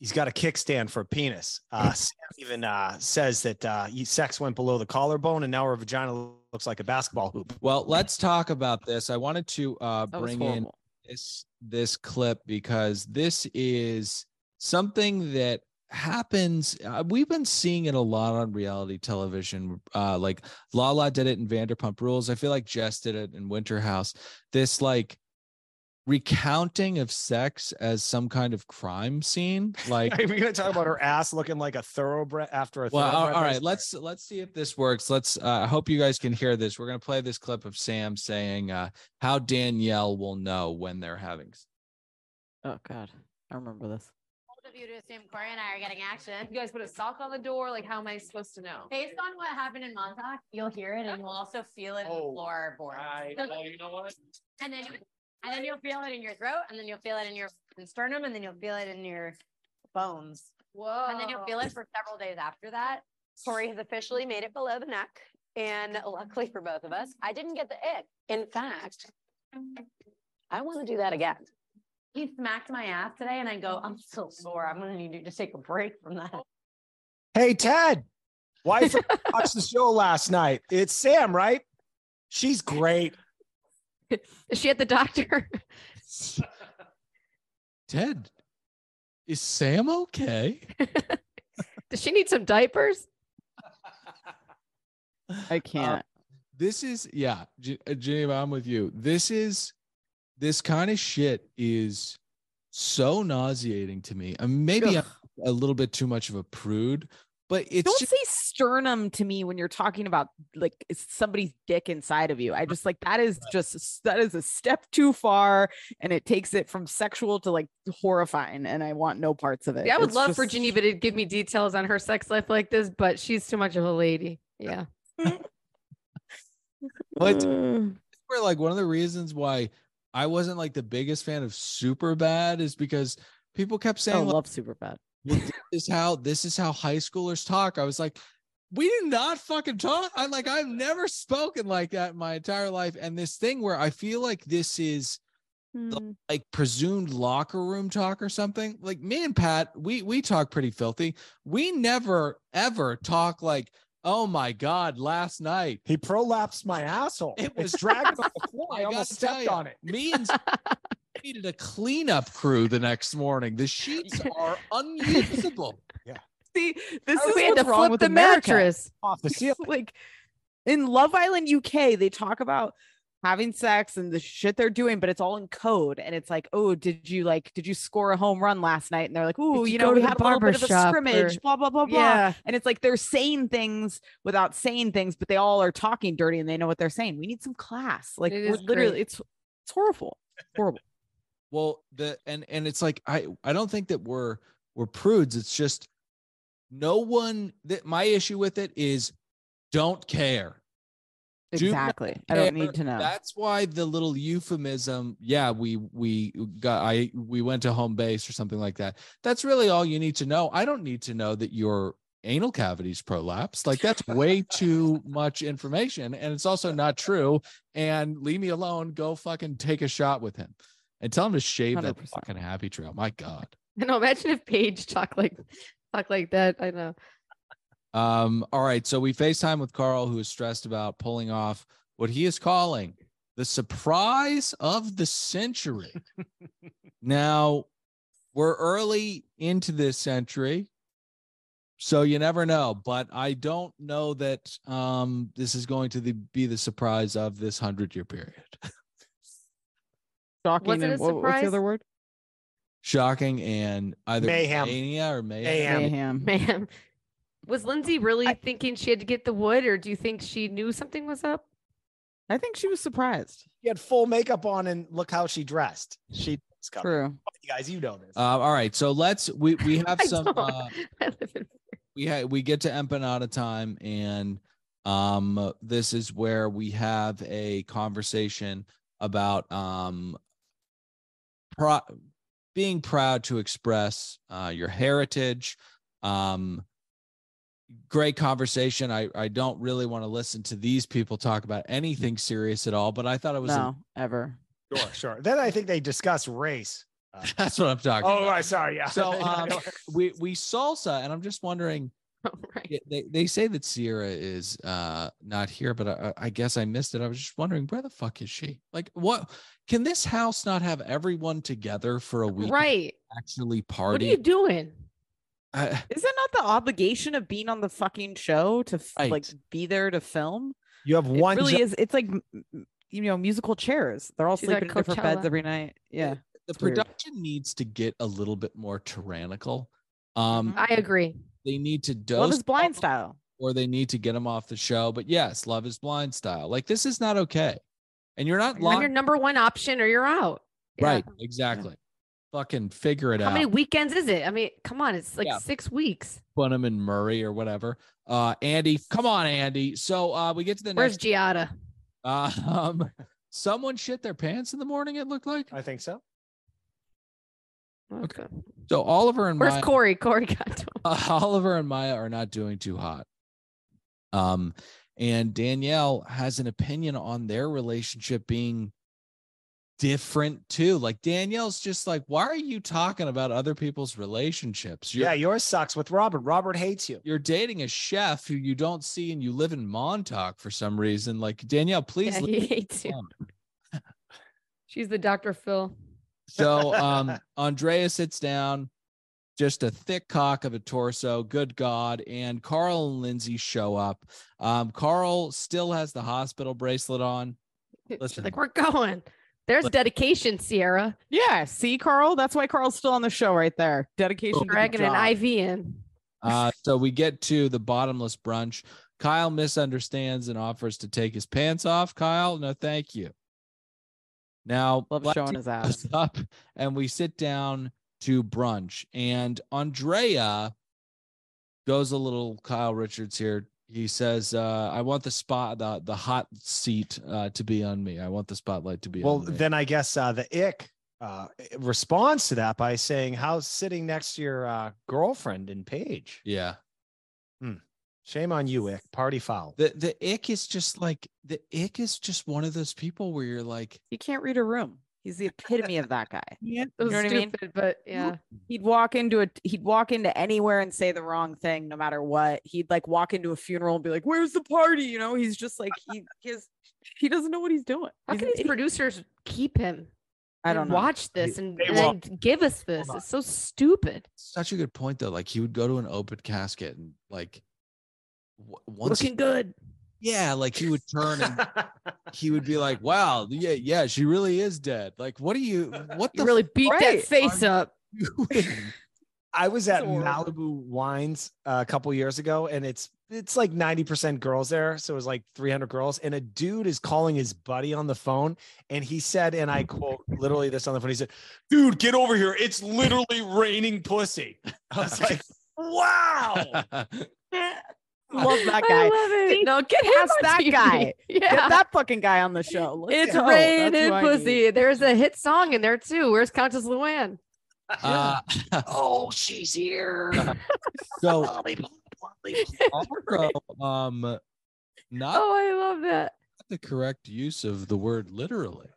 he's got a kickstand for a penis.
Hmm.
Uh, Sam even uh, says that uh, he- sex went below the collarbone, and now her vagina looks like a basketball hoop.
Well, let's talk about this. I wanted to uh,
That was
bring in
horrible.
this this clip because this is something that happens uh, we've been seeing it a lot on reality television uh like lala did it in vanderpump rules i feel like jess did it in winter house this like recounting of sex as some kind of crime scene
[laughs]
like
Are we gonna talk about her ass looking like a thoroughbred after a?
well all-
thoroughbred
all
race?
right let's let's see if this works let's uh, i hope you guys can hear this we're going to play this clip of sam saying uh how danielle will know when they're having sex.
Oh God, I remember this.
bold of you to assume Corey and I are getting action.
You guys put a sock on the door. Like, how am I supposed to know?
Based on what happened in Montauk, you'll hear it and you'll also feel it in the
Oh,
floorboard. And then, and then you'll feel it in your throat, and then you'll feel it in your fucking sternum, and then you'll feel it in your bones.
Whoa.
And then you'll feel it for several days after that. Corey has officially made it below the neck. And luckily for both of us, I didn't get the ick. In fact, I want to do that again. He smacked my ass today, and I go, I'm so sore. I'm going to need you to take a break from that.
Hey Ted, wife [laughs] watched the show last night. It's Sam, right? She's great.
[laughs] Is she at the doctor? [laughs]
Ted, is Sam okay?
Does she need some diapers?
I can't.
This is yeah, J- uh, Geneva. I'm with you. This is this kind of shit is so nauseating to me. And maybe
Ugh.
I'm a little bit too much of a prude, but it's
Don't
just,
say sternum to me when you're talking about like it's somebody's dick inside of you. I just like that is just a s- that is a step too far, and it takes it from sexual to like horrifying, and I want no parts of it.
Yeah, I would
It's
love
just-
for Geneva to give me details on her sex life like this, but she's too much of a lady. Yeah.
Well, it's-
Mm.
where like one of the reasons why I wasn't like the biggest fan of Super Bad is because people kept saying
Oh,
like,
love super bad.
well, this is how this is how high schoolers talk. I was like, we do not fucking talk. I like I've never spoken like that in my entire life. And this thing where I feel like this is
Hmm.
Oh,
like presumed locker room talk or something. Like me and Pat, we we talk pretty filthy. We never ever talk like, oh my god, last night.
He prolapsed my asshole.
It
It
was- [laughs]
was dragging on the floor.
I
I almost
gotta tell
stepped
ya.
on it.
Me and needed a cleanup crew the next morning. The sheets are unusable.
See, this
Oh,
is
we had
what's
to
wrong
flip
with
the
America. [laughs]
mattress.
Off the ceiling.
like in Love Island UK, they talk about having sex and the shit they're doing, but it's all in code. And it's like, oh, did you like, did you score a home run last night? And they're like, oh,
you
you
go
know,
to
we
the
had a little bit of a
barbershop
scrimmage,
or-
blah blah blah blah.
Yeah.
And it's like they're saying things without saying things, but they all are talking dirty and they know what they're saying. We need some class. Like
It
we're
is
literally,
great.
it's it's horrible. Horrible.
Well, the and and it's like I I don't think that we're we're prudes. It's just no one that my issue with it is don't care. Do not
exactly. I don't
care.
need to know.
That's why the little euphemism, yeah, we we got I we went to home base or something like that. That's really all you need to know. I don't need to know that your anal cavities prolapse. Like that's
[laughs]
way too much information and it's also not true and leave me alone. Go fucking take a shot with him and tell him to shave that
100%.
fucking happy trail. My god.
[laughs] No, imagine if Paige talked like talked like that. I know. [laughs]
Um, all right. So we FaceTime with Carl, who is stressed about pulling off what he is calling the surprise of the century. now, we're early into this century. So you never know, but I don't know that um, this is going to the, be the surprise of this hundred year period. [laughs]
Shocking.
Was it
and
a
what- what's
surprise?
the other word?
Shocking and either
Mayhem.
mania or mayhem.
Mayhem.
Mayhem.
Ma'am. Was Lindsay really
I-
thinking she had to get the wood, or do you think she knew something was up?
I think she was surprised.
She had full makeup on, and look how she dressed. She it's coming.
True.
Fuck you guys, you know this.
Uh, all right, so let's we we
[laughs]
have
I
some.
don't.
Uh,
I live in
we ha- we get to empanada time and um this is where we have a conversation about um pro- being proud to express uh your heritage um great conversation i i don't really want to listen to these people talk about anything serious at all but i thought it was a-
No, ever.
sure, sure. Then I think they discuss race.
[laughs]
Uh, [laughs]
that's what i'm talking
Oh,
about
right, sorry. Yeah. [laughs]
So, um, we we salsa and i'm just wondering
Oh, right.
Yeah, they they say that Sierra is uh not here, but I, I guess I missed it. I was just wondering where the fuck is she? Like, what can this house not have everyone together for a week?
Right.
Actually,
What are
party.
you doing?
[laughs] I-
Is it not the obligation of being on the fucking show to f- like
Right.
be there to film?
you have
It
one
really
job-
is. It's like m- m- you know, musical chairs. They're all
She's at
sleeping in different
Coachella.
beds every night. Yeah,
the
it's weird.
production needs to get a little bit more tyrannical. Um,
I agree.
they need to dose
Love is Blind
people,
style.
or they need to get them off the show. But yes, Love is Blind style. Like this is not okay, and you're not
You're on your
lying.
number one option, or you're out. Yeah.
Right? Exactly. Fucking figure it
How
out.
many weekends is it? I mean, come on, it's like
Yeah.
six weeks.
Bunham and Murray or whatever. Uh, Andy, come on, Andy. So uh, we get to the
Where's
next.
Giada?
Uh, um, someone shit their pants in the morning. It looked
Uh,
like.
I think so.
Okay.
So Oliver and
Where's
Maya,
Corey? Corey got to
uh, [laughs] Oliver and Maya are not doing too hot. Um, and Danielle has an opinion on their relationship being different too. Like Danielle's just like, why are you talking about other people's relationships? You're-
yeah, yours sucks with Robert. Robert hates you.
you're dating a chef who you don't see and you live in Montauk for some reason. Like Danielle,
[laughs]
please
Yeah,
leave
he hates you.
alone.
She's the Dr. Phil.
So um Andrea sits down, just a thick cock of a torso, good God. And Carl and Lindsay show up. Um, Carl still has the hospital bracelet on. Listen.
She's like, we're going. There's
Listen.
dedication, Sierra.
Yeah, see, Carl. That's why Carl's still on the show right there. Dedication. to the
Dragging an
job.
IV in.
Uh, so we get to the bottomless brunch. Kyle misunderstands and offers to take his pants off. Kyle, no, thank you. Now,
Love
Lexi
showing his
[laughs]
ass.
goes up and we sit down to brunch. And Andrea goes a little Kyle Richards here. He says, uh, "I want the spot, the the hot seat uh, to be on me. I want the spotlight to be
Well,
on me."
then I guess uh, the ick uh, responds to that by saying, "How's sitting next to your uh, girlfriend in Paige?
yeah.
Shame on you, ick. Party foul."
The the ick is just like the ick is just one of those people where you're like,
He can't read a room. He's the epitome of that guy.
It was
know what I mean?
stupid, but yeah.
He'd walk into a he'd walk into anywhere and say the wrong thing no matter what. He'd like walk into a funeral and be like, "Where's the party?" You know, he's just like he his he doesn't know what he's doing.
How
He's
can
an
these
idiot. producers
producers keep him?
I
and
don't know.
Watch this and,
they
and
won't.
then give us this.
on.
It's so stupid.
such a good point though. Like he would go to an open casket and like w- once
Looking good.
yeah, like he would turn and he would be like, "Wow, yeah, yeah, she really is dead." Like, what do you? What the?
You really beat
Right.
that face up.
[laughs]
I was at
horrible.
Malibu Wines uh, a couple years ago, and it's it's like ninety percent girls there, so it was like three hundred girls. And a dude is calling his buddy on the phone, and he said, and I quote literally this on the phone. He said, "Dude, get over here! It's literally raining pussy." I was like,
[laughs]
"Wow!"
f-
Love that
I
guy.
love it. No, get him
Ask
on
that
TV. [laughs]
guy. Get
Yeah.
that fucking guy on the show. Let's
It's
go.
rain
That's who
and
I need.
pussy. There's a hit song in there too. Where's Countess Luann?
uh,
Oh, she's here.
[laughs]
[laughs]
so
Lollipop,
also, um, not
Oh, I love that.
the correct use of the word literally.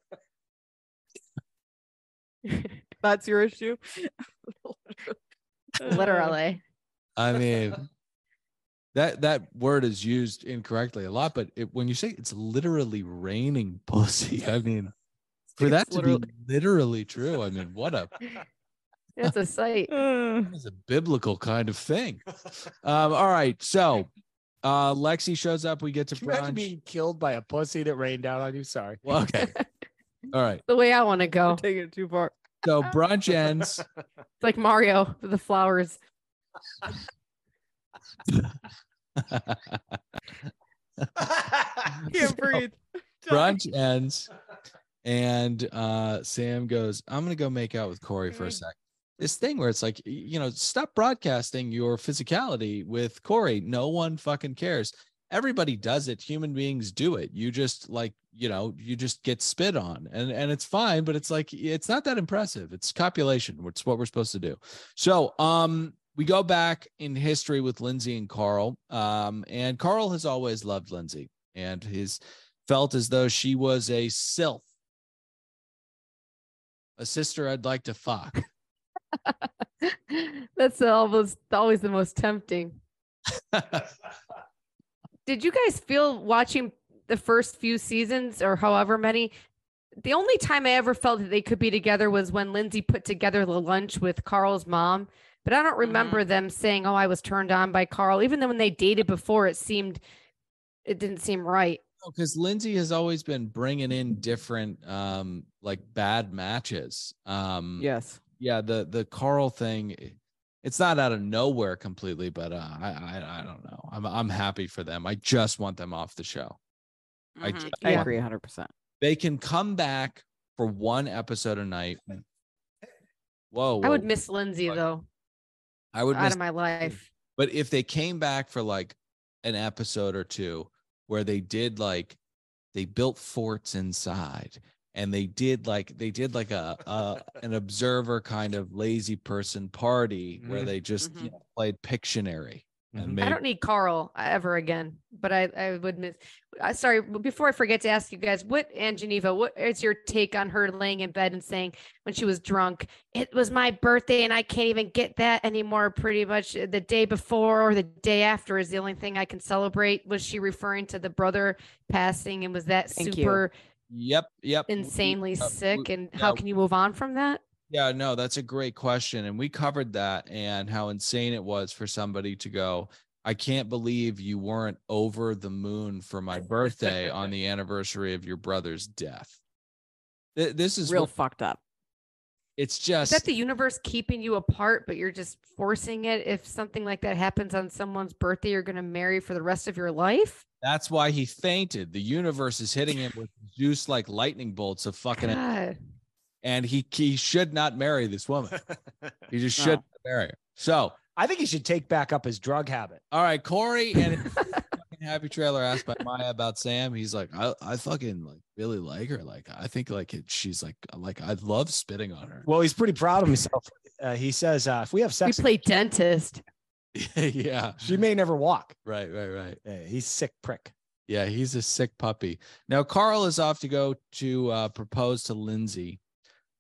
That's your issue. [laughs]
Literally.
I mean, that that word is used incorrectly a lot, but it, when you say it's literally raining pussy, I mean, for that to [laughs] be literally true, I mean, what a
That's a sight.
that is a biblical kind of thing. Um, all right, so uh, Lexi shows up. We get to
Can you imagine
brunch.
being killed by a pussy that rained down on you? [laughs] Sorry.
Well, okay, all right.
The way I want to go.
Take it too far.
So brunch ends.
It's like Mario with the flowers.
[laughs] Can't breathe.
brunch ends and uh sam goes i'm gonna go make out with corey for a sec this thing where it's like y- you know stop broadcasting your physicality with corey no one fucking cares everybody does it human beings do it you just like you know you just get spit on and and it's fine but it's like it's not that impressive it's copulation it's what we're supposed to do so um we go back in history with lindsay and carl um and carl has always loved lindsay and his felt as though she was a sylph, a sister I'd like to fuck.
[laughs] That's almost always the most
[laughs]
tempting. Did you guys feel watching the first few seasons or however many? The only time I ever felt that they could be together was when Lindsay put together the lunch with Carl's mom. But
Mm-hmm.
I don't remember them saying, "Oh, I was turned on by Carl." Even though when they dated before, it seemed it didn't seem right.
Because Lindsay has always been bringing in different, um, like bad matches. Um,
Yes.
yeah, the the Carl thing, i- it's not out of nowhere completely, but uh, I, I I don't know. I'm I'm happy for them. I just want them off the show.
Mm-hmm.
I just
Mm-hmm. I
want
agree 100%.
They can come back for one episode a night. Whoa,
I would
whoa,
miss Lindsay
Like,
though
I would
out
miss
of my life.
But if they came back for like an episode or two where they did like they built forts inside and they did like they did like a, a an observer kind of lazy person party where
Mhm.
they just you know, played Pictionary and
I
made
don't need Carl uh, ever again, but I, I would miss. I, sorry, b- before I forget to ask you guys, what Anne Geneva, what is your take on her laying in bed and saying when she was drunk, it was my birthday and I can't even get that anymore? Pretty much uh, the day before or the day after is the only thing I can celebrate. Was she referring to the brother passing and was that
Thank you.
super
yep yep we-
insanely
uh, we-
sick? And how
yeah.
can you move on from that?
Yeah, no, that's a great question. And we covered that and how insane it was for somebody to go, I can't believe you weren't over the moon for my birthday on the anniversary of your brother's death. Th- This is
Real
what-
fucked up.
it's
Is
just
that the universe keeping you apart, but you're just forcing it? If something like that happens on someone's birthday, you're going to marry for the rest of your life?
that's why he fainted. The universe is hitting him with Zeus like lightning bolts of fucking
God.
and he he should not marry this woman. He just
No.
should not marry her. So,
I think he should take back up his drug habit.
all right, Corey and fucking happy trailer asked by Maya about Sam. He's like, I, I fucking like really like her. Like, I think like it, she's like, like I love spitting on her. [laughs]
Well, he's pretty proud of himself. Uh, he says, uh, "If we have
we
sex,
play dentist.
yeah,
she may never walk."
right, right, right.
Uh, he's sick prick.
Yeah, he's a sick puppy. Now Carl is off to go to uh, propose to Lindsay,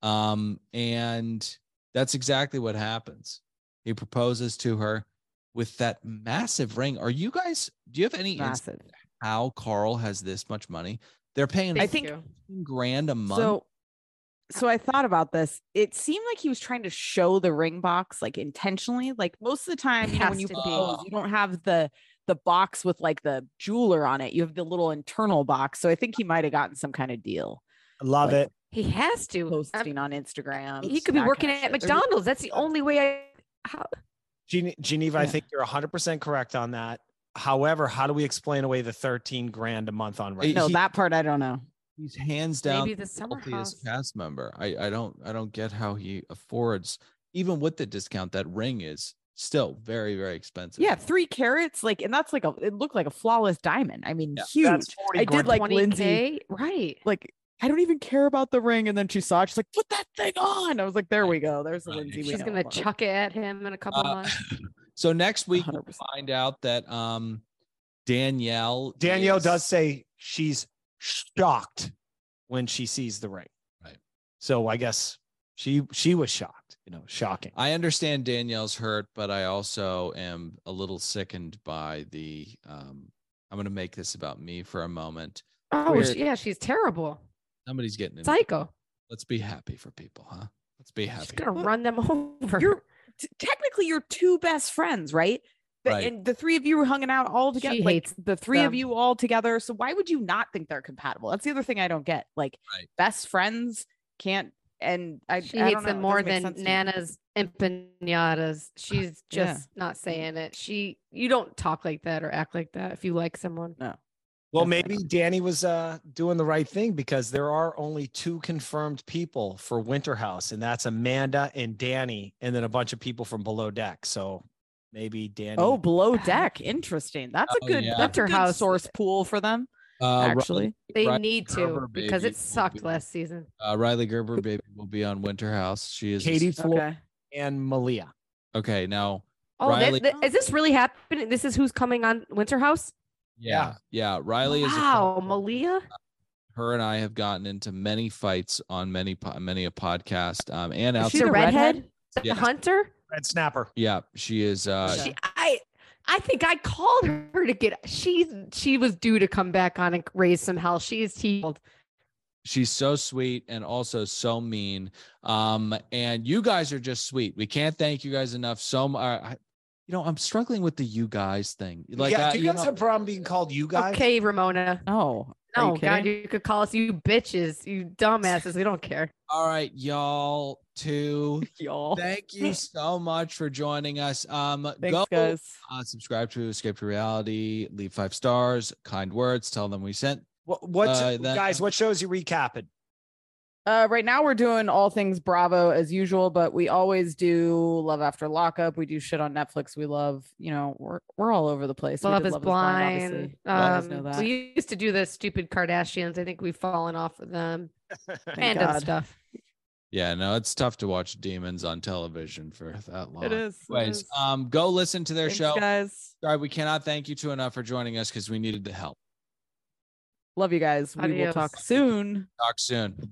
um, and that's exactly what happens. He proposes to her with that massive ring. Are you guys? Do you have any insight
Massive.
how Carl has this much money? They're paying
Thank
think-
you.
15 grand a month.
So, so I thought about this. It seemed like he was trying to show the ring box, like intentionally. Like most of the time, you know,
has
when you
to
be.
propose, you don't have the the box with like the jeweler on it. You have the little internal box. So I think he might have gotten some kind of deal
I love
Like,
it.
He has to. I'm-
posting on Instagram.
he could be
that
working
kind of
at
shit. There's-
McDonald's. That's the only way I. How,
Gene- Geneva, I
Yeah.
think you're 100% correct on that. However, how do we explain away the 13 grand a month on rent?
He-
No,
he-
that part I don't know.
He's hands down
maybe the summer house.
healthiest cast member. I, I don't I don't get how he affords even with the discount that ring is still very very expensive.
Yeah, three carats, like, and that's like a. It looked like a flawless diamond. I mean,
Yeah,
huge.
That's
I
40
did
grand.
like Lindsay.
20K? Right.
Like, I don't even care about the ring, and then she saw it. She's like, "Put that thing on." I was like, "There we go. There's the
Right.
Lindsay." we
She's
know
going to
and love."
chuck it at him in a couple
Uh,
months.
So next week we'll
100%.
find out that um Danielle
Danielle
is-
does say she's shocked when she sees the ring.
Right.
So I guess she she was shocked, you know, shocking.
I understand Danielle's hurt, but I also am a little sickened by the um I'm going to make this about me for a moment.
Oh,
weird.
she- yeah. She's terrible.
Somebody's getting in.
Psycho.
Let's be happy for people, huh? Let's be happy.
She's going to run them [laughs] over.
You're t- technically your two best friends, right? The-
Right.
And the three of you were hanging out all together.
She
like,
hates
the three of
them.
you all together. So why would you not think they're compatible? That's the other thing I don't get. Like
Right.
best friends can't. And I,
she
I
hates
don't know,
them
it
more
doesn't make
than
sense to me.
Nana's empanadas. She's
[sighs] Yeah.
just not saying it. She, you don't talk like that or act like that if you like someone.
Well,
Definitely
maybe Danny was uh, doing the right thing because there are only two confirmed people for Winter House, and that's Amanda and Danny, and then a bunch of people from Below Deck. So maybe Danny.
[laughs]
Oh, below deck. Interesting. That's a
Oh,
good,
yeah.
that's a
Winter
good
house.
source pool for them.
Uh, Riley-
actually,
They
Riley
need to
Gerber,
because
baby,
it
will
sucked
be-
last season.
Uh, Riley Gerber, baby, will be on Winter House. She is
Katie Floyd
okay.
and Malia.
Okay, now,
Oh,
Riley-
that, that, is this really happening? This is who's coming on Winter House?
yeah, yeah, Riley is. a friend
wow,
of mine.
Malia.
Her and I have gotten into many fights on many po- many a podcast. Um, and
Is
out.
she the
the
redhead?
redhead?
Is that
Yes.
The hunter?
Red Snapper.
Yeah, she is. Uh,
Okay.
She, I, I think I called her to get. She, she was due to come back on and raise some hell. She is healed.
She's so sweet and also so mean. Um, and you guys are just sweet. We can't thank you guys enough. So mu- uh, I, you know, I'm struggling with the you guys thing. Like,
yeah,
I,
do you guys
know,
have a problem being called you guys?
Okay, Ramona.
Oh, are you
No, God,
kidding?
you could call us you bitches, you dumbasses. We don't
[laughs]
care.
all right, y'all, too.
y'all.
Thank you so much for joining us. Um,
Thanks,
go
guys.
uh, subscribe to Escape to Reality, leave five stars, kind words, tell them we sent.
What, what's,
Uh, that-
guys, what shows you recapping?
Uh, right now we're doing all things Bravo as usual, but we always do Love After Lockup. We do shit on Netflix. We love, you know, we're we're all over the place. We
Love
did
is blind.
obviously. You guys know
Um,
that.
we used to do the stupid Kardashians. I think we've fallen off of them.
Thank
Random
God.
stuff.
Yeah, no, it's tough to watch demons on television for that long.
It is. it
Anyways,
is.
um, go listen to their
Thanks,
show.
guys.
Sorry, we cannot thank you too enough for joining us because we needed the help.
Love you guys. We will
Adios.
talk soon.
Talk soon.